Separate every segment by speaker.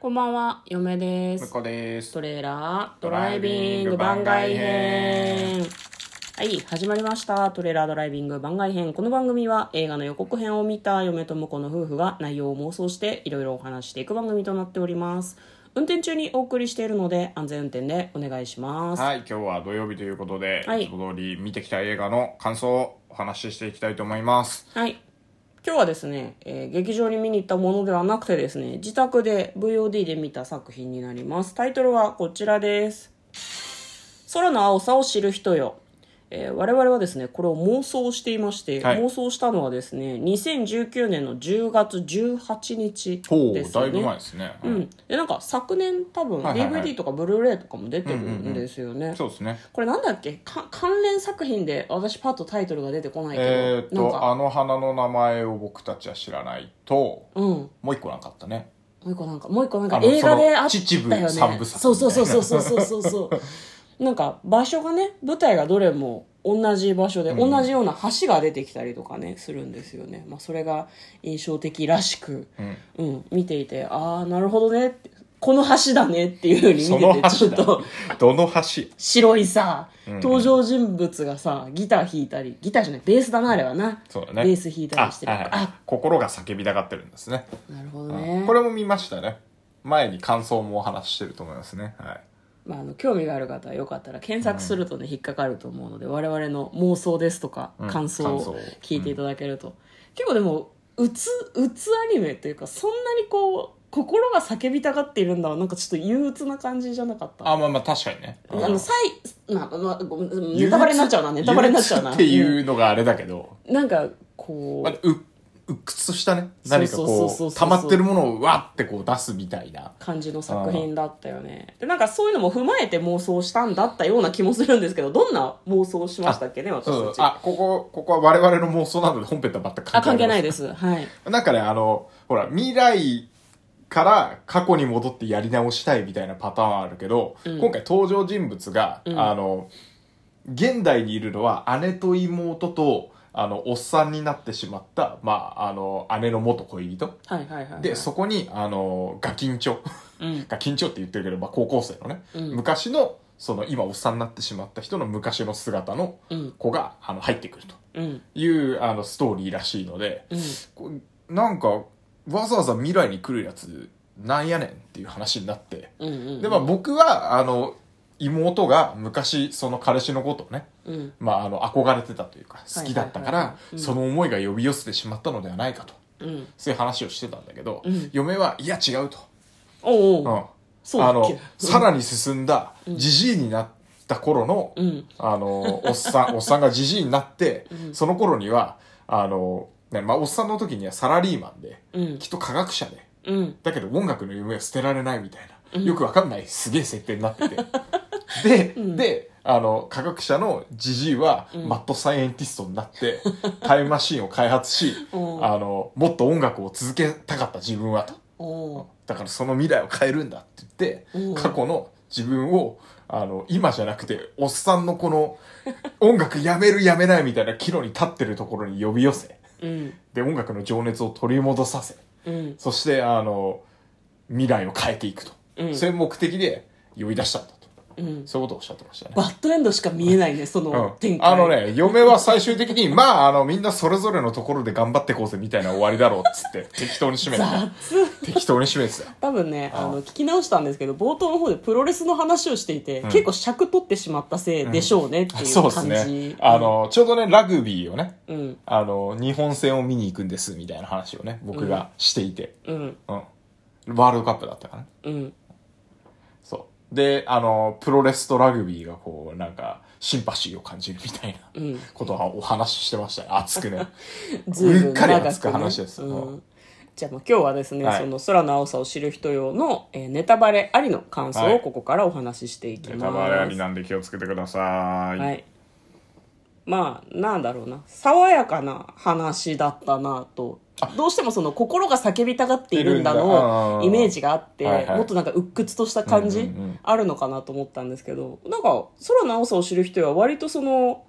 Speaker 1: こんばんは、嫁で
Speaker 2: 向
Speaker 1: す。
Speaker 2: こうです
Speaker 1: トレーラードライビング番外編。はい、始まりました。トレーラードライビング番外編。この番組は映画の予告編を見た嫁と婿の夫婦が内容を妄想していろいろお話していく番組となっております。運転中にお送りしているので安全運転でお願いします。
Speaker 2: はい今日は土曜日ということで、
Speaker 1: はい
Speaker 2: いつも通り見てきた映画の感想をお話ししていきたいと思います
Speaker 1: はい。今日はですね、えー劇場に見に行ったものではなくてですね、自宅で VOD で見た作品になります。タイトルはこちらです。空の青さを知る人よ。えー我々はですね、これを妄想していまして、
Speaker 2: はい
Speaker 1: 妄想したのはですね、2019年の10月18日
Speaker 2: おお、
Speaker 1: です
Speaker 2: だ
Speaker 1: よ
Speaker 2: いぶ前
Speaker 1: ね
Speaker 2: で。すね、
Speaker 1: う
Speaker 2: うん
Speaker 1: ん、でなんか昨年多分
Speaker 2: はいはいはい
Speaker 1: DVD とかブルーレイとかも出てるんですよね、
Speaker 2: そうですね
Speaker 1: これなんだっけか関連作品で私パッとタイトルが出てこないけど、
Speaker 2: えーっ
Speaker 1: なんか
Speaker 2: とあの花の名前を僕たちは知らないと
Speaker 1: うん。
Speaker 2: もう一個なんかあったね
Speaker 1: もう一個なんか、もう一個なんか
Speaker 2: あの
Speaker 1: 映画であったよね。
Speaker 2: その秩父三部作
Speaker 1: そうそうそうそうそうそうそうそう。なんか場所がね、舞台がどれも同じ場所で、同じような橋が出てきたりとかね、するんですよね。まあそれが印象的らしく、うん、見ていて、ああ、なるほどねって、この橋だねっていうふうに
Speaker 2: そ
Speaker 1: 見
Speaker 2: の
Speaker 1: てて、ちょ
Speaker 2: 橋
Speaker 1: っ
Speaker 2: だ
Speaker 1: と。
Speaker 2: どの橋
Speaker 1: 白いさ、登場人物がさ、ギター弾いたり、ギターじゃない、ベースだな、あれはな。
Speaker 2: そうだね
Speaker 1: ベース弾いたりしてる。
Speaker 2: あ
Speaker 1: あ,、
Speaker 2: はいはい心が叫びたがってるんですね
Speaker 1: なるほどね。
Speaker 2: これも見ましたね前に感想もお話ししてると思いますねはい
Speaker 1: まあ、あの興味がある方はよかったら検索するとね、引っかかると思うので我々の妄想ですとか
Speaker 2: うん
Speaker 1: 感想
Speaker 2: 感
Speaker 1: を
Speaker 2: 想
Speaker 1: 聞いていただけると、結構でもうつうつアニメというかそんなにこう心が叫びたがっているんだはなんかちょっと憂鬱な感じじゃなかった
Speaker 2: あまあまあ確かにね
Speaker 1: あのさい、まあまあ、ごめんネタバレになっちゃうなネタバレになっちゃうな
Speaker 2: 憂鬱っていうのがあれだけど、
Speaker 1: うんなんかこ
Speaker 2: ま
Speaker 1: う、
Speaker 2: あ、う鬱屈としたね
Speaker 1: そう
Speaker 2: 何
Speaker 1: そ
Speaker 2: か
Speaker 1: うそう
Speaker 2: こ
Speaker 1: そうそう
Speaker 2: う溜まってるものをわってこう出すみたいな
Speaker 1: 感じの作品だったよねでなんかそういうのも踏まえて妄想したんだったような気もするんですけどどんな妄想をしましたっけね
Speaker 2: そ
Speaker 1: 私
Speaker 2: う
Speaker 1: たち
Speaker 2: あここここは我々の妄想なので本編とは全く
Speaker 1: あ関係ないいですはい
Speaker 2: なんかねあのほら未来から過去に戻ってやり直したいみたいなパターンあるけど、
Speaker 1: ん
Speaker 2: 今回登場人物が、
Speaker 1: うん
Speaker 2: あの現代にいるのは姉と妹とあのおっさんになってしまった、まあ、あの姉の元恋人
Speaker 1: はいはいはいはい。
Speaker 2: でそこにあのガキンチョ
Speaker 1: うん。
Speaker 2: が緊張って言ってるけど、まあ、高校生のね、
Speaker 1: うん
Speaker 2: 昔のその今おっさんになってしまった人の昔の姿の
Speaker 1: うん。
Speaker 2: 子があの入ってくると
Speaker 1: うん。
Speaker 2: いうあのストーリーらしいので、
Speaker 1: うん。
Speaker 2: こうなんかわざわざ未来に来るやつなんやねんっていう話になって
Speaker 1: うん。うん。
Speaker 2: で、まあ、僕はあの妹が昔その彼氏のことをね、
Speaker 1: うん。
Speaker 2: まあ、あの憧れてたというか
Speaker 1: い
Speaker 2: 好きだったか
Speaker 1: はいはい
Speaker 2: ら
Speaker 1: はいうん
Speaker 2: その思いが呼び寄せてしまったのではないかと
Speaker 1: うん。
Speaker 2: そういう話をしてたんだけど、
Speaker 1: うん
Speaker 2: 嫁はいや違うと。
Speaker 1: おう
Speaker 2: う
Speaker 1: おう。
Speaker 2: ん
Speaker 1: そうだ
Speaker 2: あ
Speaker 1: っ
Speaker 2: の
Speaker 1: け、
Speaker 2: さらに進んだ、
Speaker 1: うん
Speaker 2: じじいになった頃の、
Speaker 1: うん。
Speaker 2: あ の、おっさん、おっさんがじじいになって、
Speaker 1: うん
Speaker 2: その頃には、あの、ね、まあ、おっさんの時にはサラリーマンで、
Speaker 1: うん
Speaker 2: き。っと科学者で、
Speaker 1: うん。
Speaker 2: だけど音楽の夢は捨てられないみたいな、
Speaker 1: うん
Speaker 2: よくわかんないすげえ設定になってて。 で、
Speaker 1: うん
Speaker 2: で、あの、科学者のじじいは、
Speaker 1: うん
Speaker 2: マッドサイエンティストになって、タイムマシンを開発し、
Speaker 1: おう
Speaker 2: あの、もっと音楽を続けたかった自分はと。
Speaker 1: おう
Speaker 2: だからその未来を変えるんだって
Speaker 1: う
Speaker 2: 言
Speaker 1: ん
Speaker 2: って過去の自分をあの今じゃなくておっさんのこの音楽やめるやめないみたいな岐路に立ってるところに呼び寄せ
Speaker 1: うん。
Speaker 2: で音楽の情熱を取り戻させ
Speaker 1: うん。
Speaker 2: そしてあの未来を変えていくと、
Speaker 1: うん
Speaker 2: そういう目的で呼び出したんだと
Speaker 1: うん。
Speaker 2: そういうことをおっしゃってましたね。
Speaker 1: バッドエンドしか見えないね、その
Speaker 2: う
Speaker 1: 展
Speaker 2: ん、
Speaker 1: 開。
Speaker 2: あの。ね、嫁は最終的に、まあ、あの、みんなそれぞれのところで頑張ってこうぜみたいな終わりだろうっつって、適当に締めてた。
Speaker 1: 雑。
Speaker 2: 適当に締めてた。
Speaker 1: 多分ね、
Speaker 2: あ
Speaker 1: あの、聞き直したんですけど、冒頭の方でプロレスの話をしていて、
Speaker 2: ん
Speaker 1: 結構尺取ってしまったせいでしょうねってい
Speaker 2: そう
Speaker 1: う
Speaker 2: です
Speaker 1: 感
Speaker 2: ね
Speaker 1: じ。。
Speaker 2: あ、の、ちょうどね、ラグビーをね、
Speaker 1: うん。
Speaker 2: あの、日本戦を見に行くんです、みたいな話をね、僕がしていて。
Speaker 1: うん。
Speaker 2: うん。ワールドカップだったかな。
Speaker 1: うん。
Speaker 2: そう。で、あの、プロレスとラグビーがこう、なんか、シンパシーを感じるみたいな
Speaker 1: うん。
Speaker 2: ことをお話ししてましたよ。熱くね。
Speaker 1: ずいぶん
Speaker 2: うっかり
Speaker 1: 長くね
Speaker 2: 熱く話です
Speaker 1: うんじゃあもう今日はですね、
Speaker 2: はい
Speaker 1: その空の青さを知る人用の、えーネタバレありの感想
Speaker 2: は
Speaker 1: を
Speaker 2: い
Speaker 1: ここからお話ししていきます。
Speaker 2: んで気をつけてください
Speaker 1: はい。まあ、なんだろうな。爽やかな話だったなと。どうしてもその心が叫びたがっているんだ
Speaker 2: いるんだ
Speaker 1: の
Speaker 2: うん
Speaker 1: イメージがあって、
Speaker 2: はいはい
Speaker 1: もっとなんか鬱屈とした感
Speaker 2: うん
Speaker 1: じ
Speaker 2: うんうん
Speaker 1: あるのかなと思ったんですけど、なんか空の青さを知る人は割とその、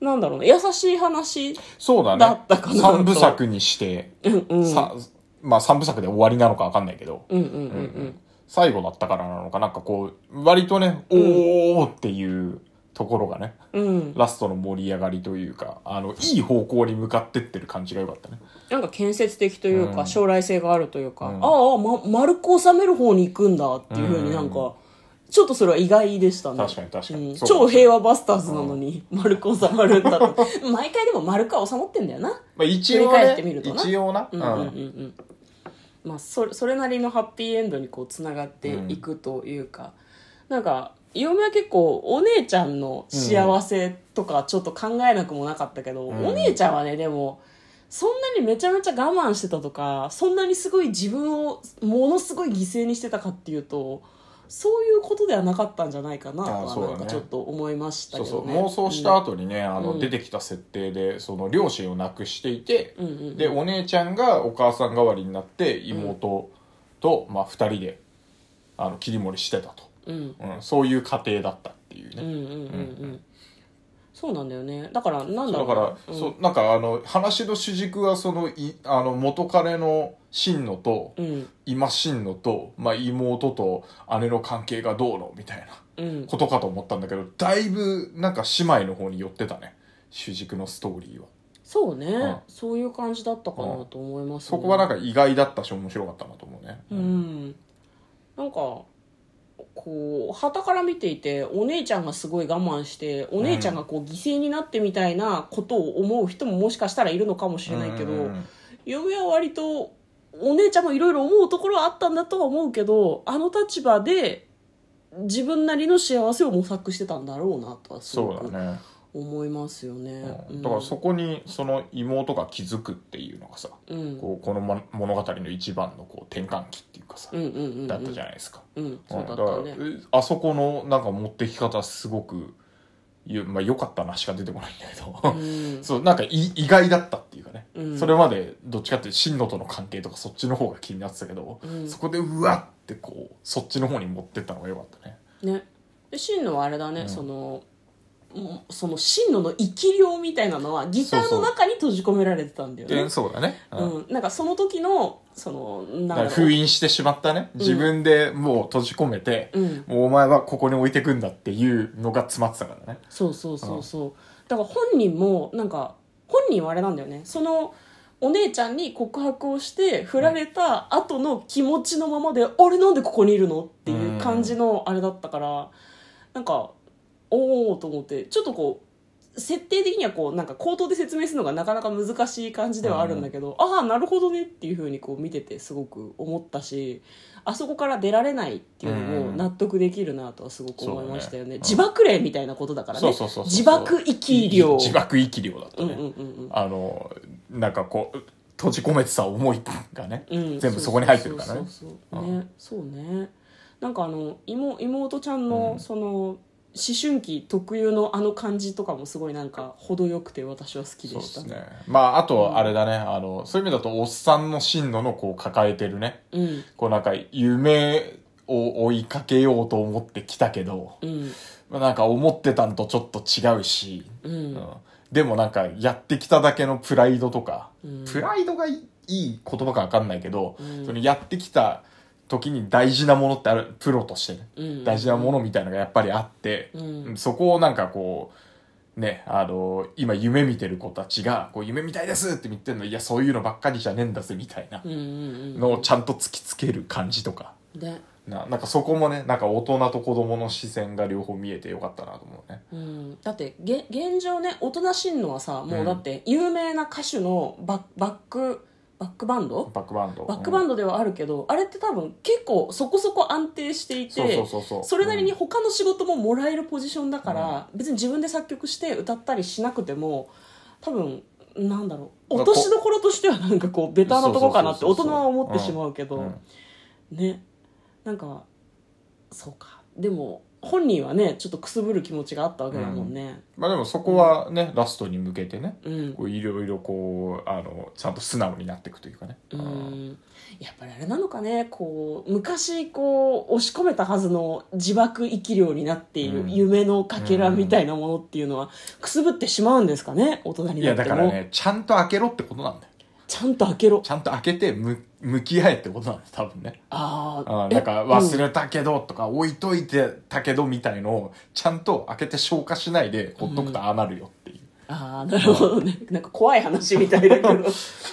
Speaker 1: なんだろうな、優しい話
Speaker 2: そうだね。
Speaker 1: だったかなと
Speaker 2: 三部作にして、
Speaker 1: うんうん
Speaker 2: さまあ3部作で終わりなのかわかんないけど、
Speaker 1: うんうんうんうん
Speaker 2: 最後だったからなのか、なんかこう、割とね、おーっていうところがね、
Speaker 1: うん
Speaker 2: ラストの盛り上がりというか、あの、いい方向に向かってってる感じが良かったね。
Speaker 1: なんか建設的というか、
Speaker 2: うん
Speaker 1: 将来性があるというか、
Speaker 2: うん
Speaker 1: ああ、ま、丸く収める方に行くんだっていうふうになんか、ちょっとそれは意外でしたね
Speaker 2: 確かに確かに
Speaker 1: うん
Speaker 2: そう
Speaker 1: 超平和バスターズなのに丸く収まるんだと毎回でも丸くは収まってんだよな
Speaker 2: まあ一応
Speaker 1: 振り返っ
Speaker 2: ね
Speaker 1: てみる、とな
Speaker 2: 一応な、
Speaker 1: うんうんうんうんまあそれそれなりのハッピーエンドにこうつながっていくというか、なんか嫁は結構お姉ちゃんの幸せとかちょっと考えなくもなかったけど、
Speaker 2: うん
Speaker 1: お姉ちゃんはねでもそんなにめちゃめちゃ我慢してたとかそんなにすごい自分をものすごい犠牲にしてたかっていうとそういうことではなかったんじゃないかなと
Speaker 2: ああ
Speaker 1: は
Speaker 2: そうだ
Speaker 1: な
Speaker 2: ね
Speaker 1: んかちょっと思いました
Speaker 2: そう
Speaker 1: け
Speaker 2: そ
Speaker 1: ど
Speaker 2: う
Speaker 1: ね。
Speaker 2: 妄想した後にね、あ
Speaker 1: う
Speaker 2: の
Speaker 1: ん
Speaker 2: 出てきた設定でその両親を亡くしていて、
Speaker 1: うんうんうん
Speaker 2: でお姉ちゃんがお母さん代わりになって妹と、まあ、2人であの切り盛りしてたと、
Speaker 1: うん
Speaker 2: うん、そういう家庭だったっていう
Speaker 1: う
Speaker 2: ね、
Speaker 1: んうんうんうんそうなんだよねだからなんだろ
Speaker 2: だ
Speaker 1: う
Speaker 2: から、
Speaker 1: うん
Speaker 2: そうなんかあの話の主軸はそのいあの元彼の真野と
Speaker 1: うん
Speaker 2: 今真野と、まあ、妹と姉の関係がどうのみたいな
Speaker 1: うん
Speaker 2: ことかと思ったんだけどだいぶなんか姉妹の方に寄ってたね主軸のストーリーは。
Speaker 1: そうね、
Speaker 2: ん
Speaker 1: そういう感じだったかなと思います、ね
Speaker 2: そこはなんか意外だったし面白かったなと思うね。
Speaker 1: うんなんかこう傍から見ていてお姉ちゃんがすごい我慢してお姉ちゃんがこう犠牲になってみたいなことを思う人ももしかしたらいるのかもしれないけど、
Speaker 2: うん
Speaker 1: 嫁は割とお姉ちゃんもいろいろ思うところはあったんだとは思うけどあの立場で自分なりの幸せを模索してたんだろうなとはすご
Speaker 2: そう
Speaker 1: く
Speaker 2: だね、
Speaker 1: 思いますよね。
Speaker 2: うんだからそこにその妹が気づくっていうのがさ、
Speaker 1: うん、うん、
Speaker 2: こうこのも物語の一番のこう転換期っていうかさ、
Speaker 1: うんうんうんうん
Speaker 2: だったじゃないですか。
Speaker 1: うん、
Speaker 2: う
Speaker 1: そうんだ
Speaker 2: だ
Speaker 1: っ
Speaker 2: から
Speaker 1: たね。
Speaker 2: えあそこのなんか持ってき方すごくよまあ、良かったなしか出てこないんだけど、
Speaker 1: うん
Speaker 2: そうなんかい意外だったっていうかね、
Speaker 1: うん
Speaker 2: それまでどっちかっていうと進路との関係とかそっちの方が気になってたけど、
Speaker 1: うん
Speaker 2: そこでうわってこうそっちの方に持ってったのが良かったね。
Speaker 1: ね、で真のはあれだね、
Speaker 2: うん
Speaker 1: そのもうその真のの生き量みたいなのはギター
Speaker 2: そうそ
Speaker 1: の
Speaker 2: う
Speaker 1: 中に閉じ込められてたんだよね
Speaker 2: でそうだね、うん
Speaker 1: うん、なんかその時のそのな
Speaker 2: だから
Speaker 1: んだろ
Speaker 2: 封
Speaker 1: う
Speaker 2: 印してしまったね。自分でもう閉じ込めて、
Speaker 1: うん
Speaker 2: もうお前はここに置いてくんだっていうのが詰まってたからね。
Speaker 1: そうそうそうそうだから本人もなんか本人はあれなんだよねそのお姉ちゃんに告白をして振られた後の気持ちのままで「あれなんでここにいるの?」っていう感じのあれだったからなんかおおと思ってちょっとこう設定的にはこうなんか口頭で説明するのがなかなか難しい感じではあるんだけど、ああなるほどねっていうふうにこう見ててすごく思ったしあそこから出られないっていうのも
Speaker 2: うん
Speaker 1: 納得できるなとはすごく思いましたよね
Speaker 2: そうだねうん
Speaker 1: 自爆霊みたいなことだからね
Speaker 2: そうそうそうそう
Speaker 1: 自爆生き量
Speaker 2: 自爆生き量だった
Speaker 1: うん
Speaker 2: ね。
Speaker 1: うんうん
Speaker 2: あの、なんかこう、閉じ込めてた思いがね、
Speaker 1: うんうん
Speaker 2: 全部そこに入ってるからね。
Speaker 1: そうそうそうそうねそうねなんかあの妹妹ちゃんの、
Speaker 2: うん
Speaker 1: その思春期特有のあの感じとかもすごいなんか程よくて私は好き
Speaker 2: そ
Speaker 1: で
Speaker 2: うで
Speaker 1: した
Speaker 2: すね。まあ、あと、あれだね、あの、そういう意味だと、おっさんの進路のこう抱えてるね、
Speaker 1: うん
Speaker 2: こうなんか夢を追いかけようと思ってきたけど、
Speaker 1: うん
Speaker 2: まあなんか思ってたんとちょっと違うし、
Speaker 1: うん
Speaker 2: うんでもなんかやってきただけのプライドとか、
Speaker 1: うん
Speaker 2: プライドがいいいい言葉かわかんないけど、
Speaker 1: うん
Speaker 2: そのやってきた時に大事なものってあるプロとしてね、
Speaker 1: うん
Speaker 2: 大事なものみたいなのがやっぱりあって、
Speaker 1: うん
Speaker 2: そこをなんかこうねあの今夢見てる子たちがこう夢みたいですって言ってるのいやそういうのばっかりじゃねえんだぜみたいな
Speaker 1: うんうんうん
Speaker 2: のをちゃんと突きつける感じとか。
Speaker 1: で
Speaker 2: ななんかそこもねなんか大人と子供の視線が両方見えてよかったなと思うね
Speaker 1: うん、だってげ現状ね大人しんのはさもうだ
Speaker 2: ん
Speaker 1: って有名な歌手のバッバックバックバンド
Speaker 2: バックバンド
Speaker 1: バックバン
Speaker 2: ド
Speaker 1: ドではあるけど、あれって多分結構そこそこ安定していて
Speaker 2: そうそうそうそう
Speaker 1: それなりに他の仕事ももらえるポジションだから、別に自分で作曲して歌ったりしなくても多分なんだろう
Speaker 2: ま
Speaker 1: 落
Speaker 2: あこと
Speaker 1: しどころとしてはなんかこうベタなとこかなって
Speaker 2: そ
Speaker 1: 大
Speaker 2: うそう
Speaker 1: 人
Speaker 2: そうそう
Speaker 1: は思ってしまうけど、
Speaker 2: うん
Speaker 1: ねなんかそうかでも本人はねちょっとくすぶる気持ちがあったわけだもんね
Speaker 2: まあでもそこはね、ラストに向けてね、
Speaker 1: うん、
Speaker 2: こういろいろこう、あの、ちゃんと素直になっていくというかね。
Speaker 1: う
Speaker 2: うん
Speaker 1: ん、やっぱりあれなのかねこう昔こう押し込めたはずの自爆生き量になっている
Speaker 2: うん
Speaker 1: 夢のかけらみたいなものっていうのはくすぶってしまうんですかね大人に
Speaker 2: い
Speaker 1: な
Speaker 2: や、
Speaker 1: っても
Speaker 2: だからね、ちゃんと開けろってことなんだよ。
Speaker 1: ちゃんと開けろ
Speaker 2: ちゃんと開けてむ向き合えってことなんです多分ね
Speaker 1: あ
Speaker 2: あ
Speaker 1: あ
Speaker 2: なんか忘れたけどとか置いといてたけどみたいのをちゃんと開けて消化しないでほっとくとああなるよっていう、
Speaker 1: ああなるほどねなんか怖い話みたいだけ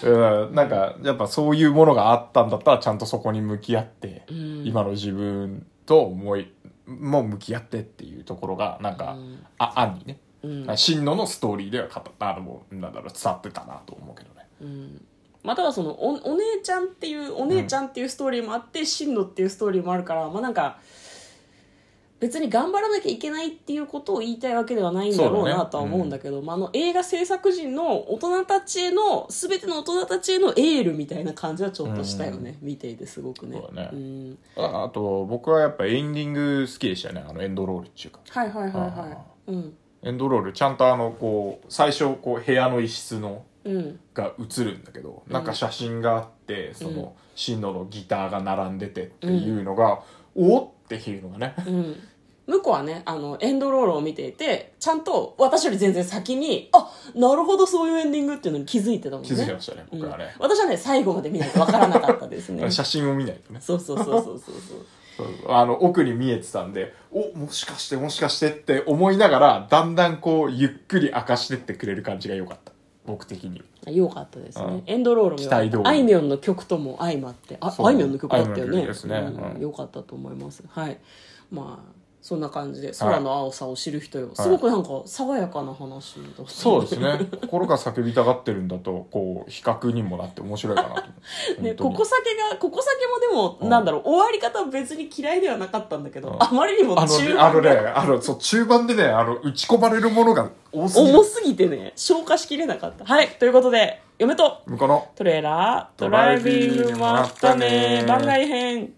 Speaker 1: ど
Speaker 2: うん、なんかやっぱそういうものがあったんだったらちゃんとそこに向き合って、
Speaker 1: ん
Speaker 2: 今の自分と思いも向き合ってっていうところがなんか、
Speaker 1: うん
Speaker 2: あ案にね
Speaker 1: うん
Speaker 2: 真ののストーリーでは語ったあのもうなんだろう伝わってたなと思うけどね
Speaker 1: うんまあ、ただそのおお姉ちゃんっていうお姉ちゃんっていうストーリーもあって進路っていうストーリーもあるから、まあなんか別に頑張らなきゃいけないっていうことを言いたいわけではないんだろ
Speaker 2: そう
Speaker 1: う
Speaker 2: だね
Speaker 1: なとは思うんだけど、まあ、あの映画制作人の大人たちへの全ての大人たちへのエールみたいな感じはちょっとしたよね、見ていてすごくね
Speaker 2: そうだね
Speaker 1: ん、
Speaker 2: ああと僕はやっぱエンディング好きでしたねあのエンドロールっていうか
Speaker 1: はいはいはい
Speaker 2: あ
Speaker 1: はいうん
Speaker 2: エンドロールちゃんとあのこう最初こう部屋の一室の
Speaker 1: うん
Speaker 2: が映るんだけど、なんか写真があってその進路のギターが並んでてっていうのが、おっっていうのがね
Speaker 1: うん、向こうはねあのエンドロールを見ていてちゃんと私より全然先にあなるほどそういうエンディングっていうのに気づいてたもんね
Speaker 2: 気づいてましたね
Speaker 1: うん
Speaker 2: 僕はね、
Speaker 1: 私はね最後まで見ないとわからなかったです ね
Speaker 2: 写真を見ないとね
Speaker 1: そうそうそうそうそうそう
Speaker 2: そうあの奥に見えてたんでおもしかしてもしかしてって思いながらだんだんこうゆっくり明かしてってくれる感じが良かった僕的に
Speaker 1: 良かったですね
Speaker 2: うん
Speaker 1: エンドロールも良かった
Speaker 2: 期待通り
Speaker 1: あいみょんの曲とも相まってあ
Speaker 2: そう
Speaker 1: あいみょんの曲だったよ
Speaker 2: あいみょんの
Speaker 1: ね
Speaker 2: 曲ですね
Speaker 1: うん
Speaker 2: うん
Speaker 1: 良かったと思いますはいまあそんな感じで空の青さを知る人よ、すごくなんか爽やかな話だった
Speaker 2: そうですね 心が叫びたがってるんだとこう比較にもなって面白いかなと思 う
Speaker 1: ね、
Speaker 2: 本当
Speaker 1: こ
Speaker 2: に
Speaker 1: こ先が、ここ先もで
Speaker 2: う
Speaker 1: も、
Speaker 2: ん
Speaker 1: なんだろう、終わり方は別に嫌いではなかったんだけど、
Speaker 2: うん
Speaker 1: あまりにも
Speaker 2: あのね
Speaker 1: 中、
Speaker 2: あのね、あの、そう、中盤でね、あの、打ち込まれるものが多すぎる
Speaker 1: 重。すぎてね、消化しきれなかった。はい、ということで、嫁と
Speaker 2: 向こうの
Speaker 1: トレーラー、ドライビング、
Speaker 2: ドライビング
Speaker 1: まったね、
Speaker 2: まったね
Speaker 1: 番外編。